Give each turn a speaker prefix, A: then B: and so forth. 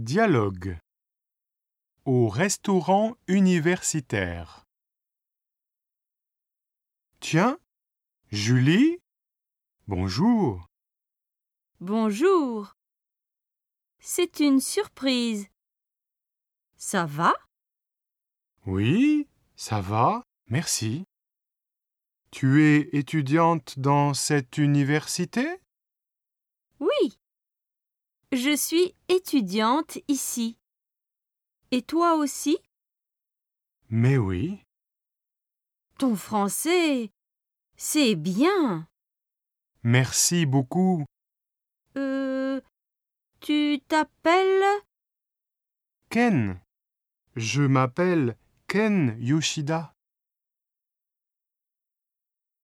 A: Dialogue. Au restaurant universitaire. Tiens, Julie Bonjour.
B: Bonjour. C'est une surprise. Ça va
A: Oui, ça va, merci. Tu es étudiante dans cette université
B: Oui. Je suis étudiante ici. Et toi aussi
A: Mais oui.
B: Ton français, c'est bien.
A: Merci beaucoup.
B: Euh, tu t'appelles
A: Ken. Je m'appelle Ken Yoshida.